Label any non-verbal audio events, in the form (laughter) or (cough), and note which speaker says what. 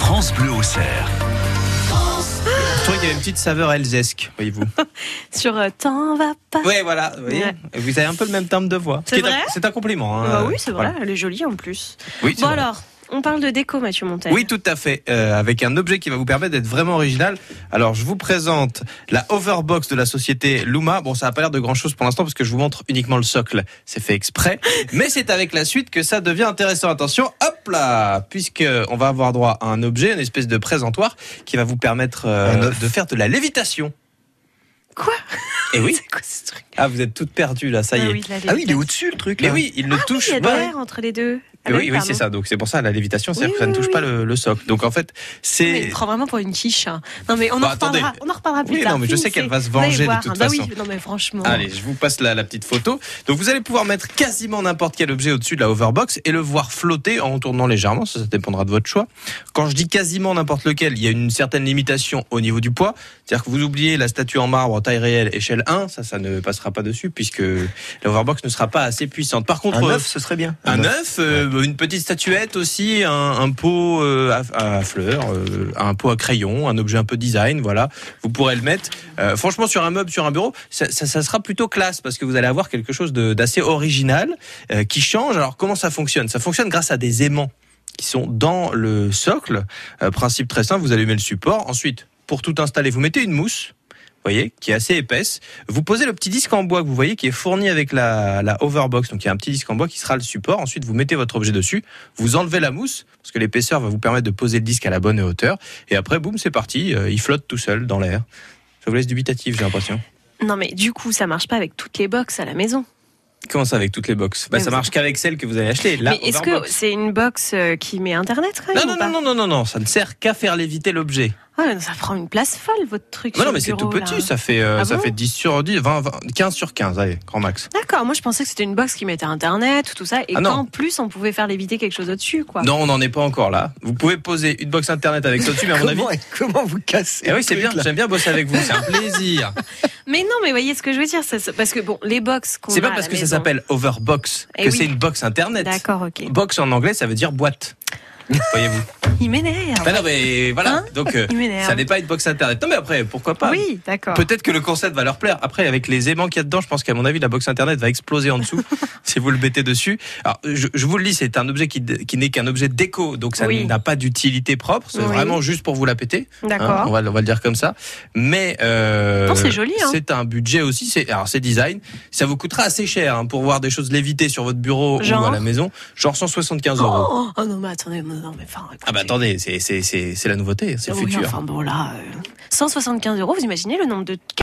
Speaker 1: France Bleu au Cerf.
Speaker 2: Je trouvais qu'il y avait une petite saveur elzesque, (laughs) voyez-vous.
Speaker 3: Sur euh, T'en va pas.
Speaker 2: Oui, voilà. Vous, voyez.
Speaker 3: Ouais.
Speaker 2: Vous avez un peu le même timbre de voix. Ce
Speaker 3: C'est
Speaker 2: qui est un-
Speaker 3: vrai
Speaker 2: C'est un compliment. hein.
Speaker 3: Bah oui, c'est vrai,
Speaker 2: Voilà.
Speaker 3: elle est jolie en plus.
Speaker 2: Oui, c'est
Speaker 3: Bon
Speaker 2: vrai.
Speaker 3: alors, on parle de déco, Mathieu Montel.
Speaker 2: Oui, tout à fait. Euh, avec un objet qui va vous permettre d'être vraiment original. Alors, je vous présente la Overbox de la société Luma. Bon, ça n'a pas l'air de grand-chose pour l'instant parce que je vous montre uniquement le socle. C'est fait
Speaker 3: (laughs)
Speaker 2: exprès. Mais c'est avec la suite que ça devient intéressant. Attention, hop là Puisque on va avoir droit à un objet, une espèce de présentoir qui va vous permettre euh,
Speaker 4: Un œuf.
Speaker 2: de faire de la lévitation.
Speaker 3: Quoi
Speaker 2: Et oui.
Speaker 3: (laughs) C'est quoi ce truc
Speaker 2: Ah, vous êtes toutes perdues là, ça y
Speaker 3: Ah
Speaker 2: est.
Speaker 3: oui, de la
Speaker 4: Ah oui, il est
Speaker 3: lévitation.
Speaker 4: au-dessus le truc.
Speaker 2: Mais
Speaker 4: là.
Speaker 2: oui, il ne touche
Speaker 3: Il y a de
Speaker 2: pas.
Speaker 3: l'air entre les deux. Ah
Speaker 2: Mais
Speaker 3: bah
Speaker 2: oui, oui,
Speaker 3: pardon.
Speaker 2: c'est ça. Donc c'est pour ça la lévitation, c'est-à-dire
Speaker 3: Oui,
Speaker 2: que ça ne
Speaker 3: oui,
Speaker 2: touche
Speaker 3: oui.
Speaker 2: pas le, le socle. Donc en fait,
Speaker 3: Mais il
Speaker 2: c'est
Speaker 3: prend vraiment pour une quiche. hein. Non mais on
Speaker 2: Bah,
Speaker 3: en reparlera.
Speaker 2: attendez.
Speaker 3: On en reparlera plus
Speaker 2: Oui,
Speaker 3: tard.
Speaker 2: non, mais je sais
Speaker 3: Finissez.
Speaker 2: qu'elle va se
Speaker 3: Vous allez
Speaker 2: venger de
Speaker 3: voir,
Speaker 2: toute
Speaker 3: hein. bah
Speaker 2: façon.
Speaker 3: oui, non mais franchement.
Speaker 2: Allez, je vous passe la, la petite photo. Donc vous allez pouvoir mettre quasiment n'importe quel objet au-dessus de la hoverbox et le voir flotter en tournant légèrement, ça, ça dépendra de votre choix. Quand je dis quasiment n'importe lequel, il y a une certaine limitation au niveau du poids. C'est-à-dire que vous oubliez la statue en marbre taille réelle échelle 1, ça, ça ne passera pas dessus puisque la hoverbox ne sera pas assez puissante. Par contre,
Speaker 4: Oh, Un
Speaker 2: euh,
Speaker 4: œuf, ce serait bien.
Speaker 2: un œuf, euh, une petite statuette aussi, un, un pot euh, à, à fleurs, euh, un pot à crayon, un objet un peu design, voilà. Vous pourrez le mettre. Euh, franchement, sur un meuble, sur un bureau, ça, ça- ça sera plutôt classe parce que vous allez avoir quelque chose de- d'assez original euh, qui change. Alors comment ça fonctionne Ça fonctionne grâce à des aimants qui sont dans le socle. Euh, principe très simple, vous allumez le support. Ensuite, pour tout installer, vous mettez une mousse. Vous voyez, qui est assez épaisse. Vous posez le petit disque en bois que vous voyez qui est fourni avec la, la overbox. Donc il y a un petit disque en bois qui sera le support. Ensuite, vous mettez votre objet dessus. Vous enlevez la mousse parce que l'épaisseur va vous permettre de poser le disque à la bonne hauteur. Et après, boum, c'est parti. Euh, il flotte tout seul dans l'air. Je vous laisse dubitatif, j'ai l'impression.
Speaker 3: Non mais du coup, ça marche pas avec toutes les box à la maison.
Speaker 2: Comment ça avec toutes les boxes bah,
Speaker 3: Mais
Speaker 2: Ça
Speaker 3: vous-
Speaker 2: marche qu'avec celles que vous avez achetées. La
Speaker 3: mais est-ce que
Speaker 2: overbox.
Speaker 3: c'est une box euh, qui met internet quand même
Speaker 2: Non,
Speaker 3: ou
Speaker 2: non,
Speaker 3: pas
Speaker 2: non, non, non, non, non, ça ne sert qu'à faire léviter l'objet.
Speaker 3: Ah, mais ça prend une place folle votre truc.
Speaker 2: Non,
Speaker 3: sur
Speaker 2: non,
Speaker 3: le
Speaker 2: mais c'est tout
Speaker 3: bureau, là.
Speaker 2: petit, ça fait, euh,
Speaker 3: Ah
Speaker 2: ça
Speaker 3: bon
Speaker 2: fait 10 sur 10, 20, 20, 15 sur 15, allez, grand max.
Speaker 3: D'accord, moi je pensais que c'était une box qui mettait internet, tout ça, et
Speaker 2: Ah non.
Speaker 3: qu'en plus on pouvait faire léviter quelque chose au-dessus, quoi.
Speaker 2: Non, on n'en est pas encore là. Vous pouvez poser une box internet avec ça dessus, mais à mon avis,
Speaker 4: Comment, comment vous cassez
Speaker 2: Eh oui,
Speaker 4: le
Speaker 2: c'est
Speaker 4: truc,
Speaker 2: bien.
Speaker 4: là
Speaker 2: J'aime bien bosser avec vous. C'est un
Speaker 3: (laughs)
Speaker 2: plaisir.
Speaker 3: Mais non, mais voyez ce que je veux dire, ça se- parce que bon, les box qu'on
Speaker 2: C'est
Speaker 3: a
Speaker 2: pas
Speaker 3: à
Speaker 2: parce
Speaker 3: la
Speaker 2: que ça
Speaker 3: maison-
Speaker 2: s'appelle Overbox que
Speaker 3: Eh oui.
Speaker 2: c'est une box internet.
Speaker 3: D'accord, ok.
Speaker 2: Box en anglais, ça veut dire
Speaker 3: (laughs)
Speaker 2: boîte. Voyez-vous.
Speaker 3: Il m'énerve.
Speaker 2: Ben non, mais voilà.
Speaker 3: Hein
Speaker 2: Donc, euh,
Speaker 3: Il m'énerve.
Speaker 2: ça n'est pas une box internet. Non, mais après, pourquoi pas
Speaker 3: Oui, d'accord.
Speaker 2: Peut-être que le concept va leur plaire. Après, avec les aimants qu'il y a dedans, je pense qu'à mon avis, la box internet va exploser en
Speaker 3: (laughs)
Speaker 2: dessous si vous le mettez dessus. Alors, je, je vous le dis, c'est un objet qui, qui n'est qu'un objet déco, donc ça
Speaker 3: Oui.
Speaker 2: n'a pas d'utilité propre. C'est
Speaker 3: Oui.
Speaker 2: vraiment juste pour vous la péter. hein. on,
Speaker 3: D'accord.
Speaker 2: va, le- on va le dire comme ça. Mais euh,
Speaker 3: Non, c'est joli, hein.
Speaker 2: C'est un budget aussi. C'est alors c'est design. Ça vous coûtera assez cher hein, pour voir des choses léviter sur votre bureau ou
Speaker 3: Genre
Speaker 2: à la maison, genre 175 euros.
Speaker 3: Oh, oh non, mais attendez, mais non, mais enfin. Oh,
Speaker 2: Ah bah hein. attendez, c'est c'est c'est c'est la nouveauté, c'est le
Speaker 3: Ah oui,
Speaker 2: futur.
Speaker 3: Enfin bon, là, euh, 175 euros, vous imaginez le nombre de